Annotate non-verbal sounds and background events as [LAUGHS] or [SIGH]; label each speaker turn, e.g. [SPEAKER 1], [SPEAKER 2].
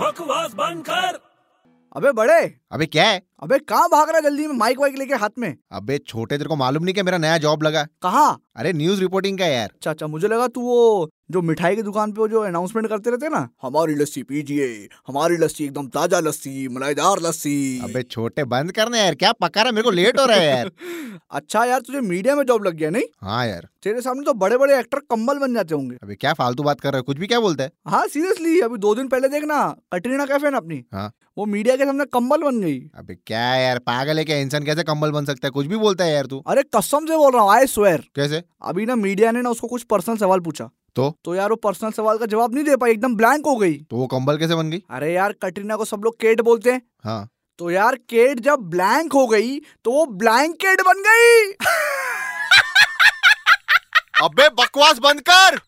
[SPEAKER 1] बकवास बंद कर
[SPEAKER 2] अबे बड़े
[SPEAKER 3] अबे क्या है
[SPEAKER 2] अबे कहाँ भाग रहा है जल्दी में माइक वाइक लेके हाथ में
[SPEAKER 3] अबे छोटे तेरे को मालूम नहीं क्या मेरा नया जॉब लगा है?
[SPEAKER 2] कहा
[SPEAKER 3] अरे न्यूज रिपोर्टिंग का है यार
[SPEAKER 2] अच्छा अच्छा मुझे लगा तू वो जो मिठाई की दुकान पे वो जो अनाउंसमेंट करते रहते हैं ना हमारी लस्सी पीजिए हमारी लस्सी एकदम ताजा लस्सी मलाईदार लस्सी
[SPEAKER 3] अबे छोटे बंद करना यार क्या पका रहा है? मेरे को लेट हो रहा है तो [LAUGHS] यार
[SPEAKER 2] [LAUGHS] अच्छा यार तुझे मीडिया में जॉब लग गया नहीं
[SPEAKER 3] हाँ यार
[SPEAKER 2] तेरे सामने तो बड़े बड़े एक्टर कम्बल बन जाते होंगे
[SPEAKER 3] अबे क्या फालतू बात कर रहे हो कुछ भी क्या बोलता है
[SPEAKER 2] हाँ सीरियसली अभी दो दिन पहले देखना कटरीना कैफे ना अपनी
[SPEAKER 3] हाँ।
[SPEAKER 2] वो मीडिया के सामने कम्बल बन गई
[SPEAKER 3] अबे क्या है यार पागल है क्या इंसान कैसे कंबल बन सकता है कुछ भी बोलता है यार तू
[SPEAKER 2] अरे कसम से बोल रहा हूँ आई स्वेर
[SPEAKER 3] कैसे
[SPEAKER 2] अभी ना मीडिया ने ना उसको कुछ पर्सनल सवाल पूछा
[SPEAKER 3] तो?
[SPEAKER 2] तो यार वो पर्सनल सवाल का जवाब नहीं दे पाई एकदम ब्लैंक हो गई
[SPEAKER 3] तो वो कंबल कैसे [LAUGHS] बन गई
[SPEAKER 2] अरे यार कटरीना को सब लोग केट बोलते हैं
[SPEAKER 3] हाँ
[SPEAKER 2] तो यार केट जब ब्लैंक हो गई तो वो ब्लैंकेट बन गई
[SPEAKER 3] अबे बकवास बंद कर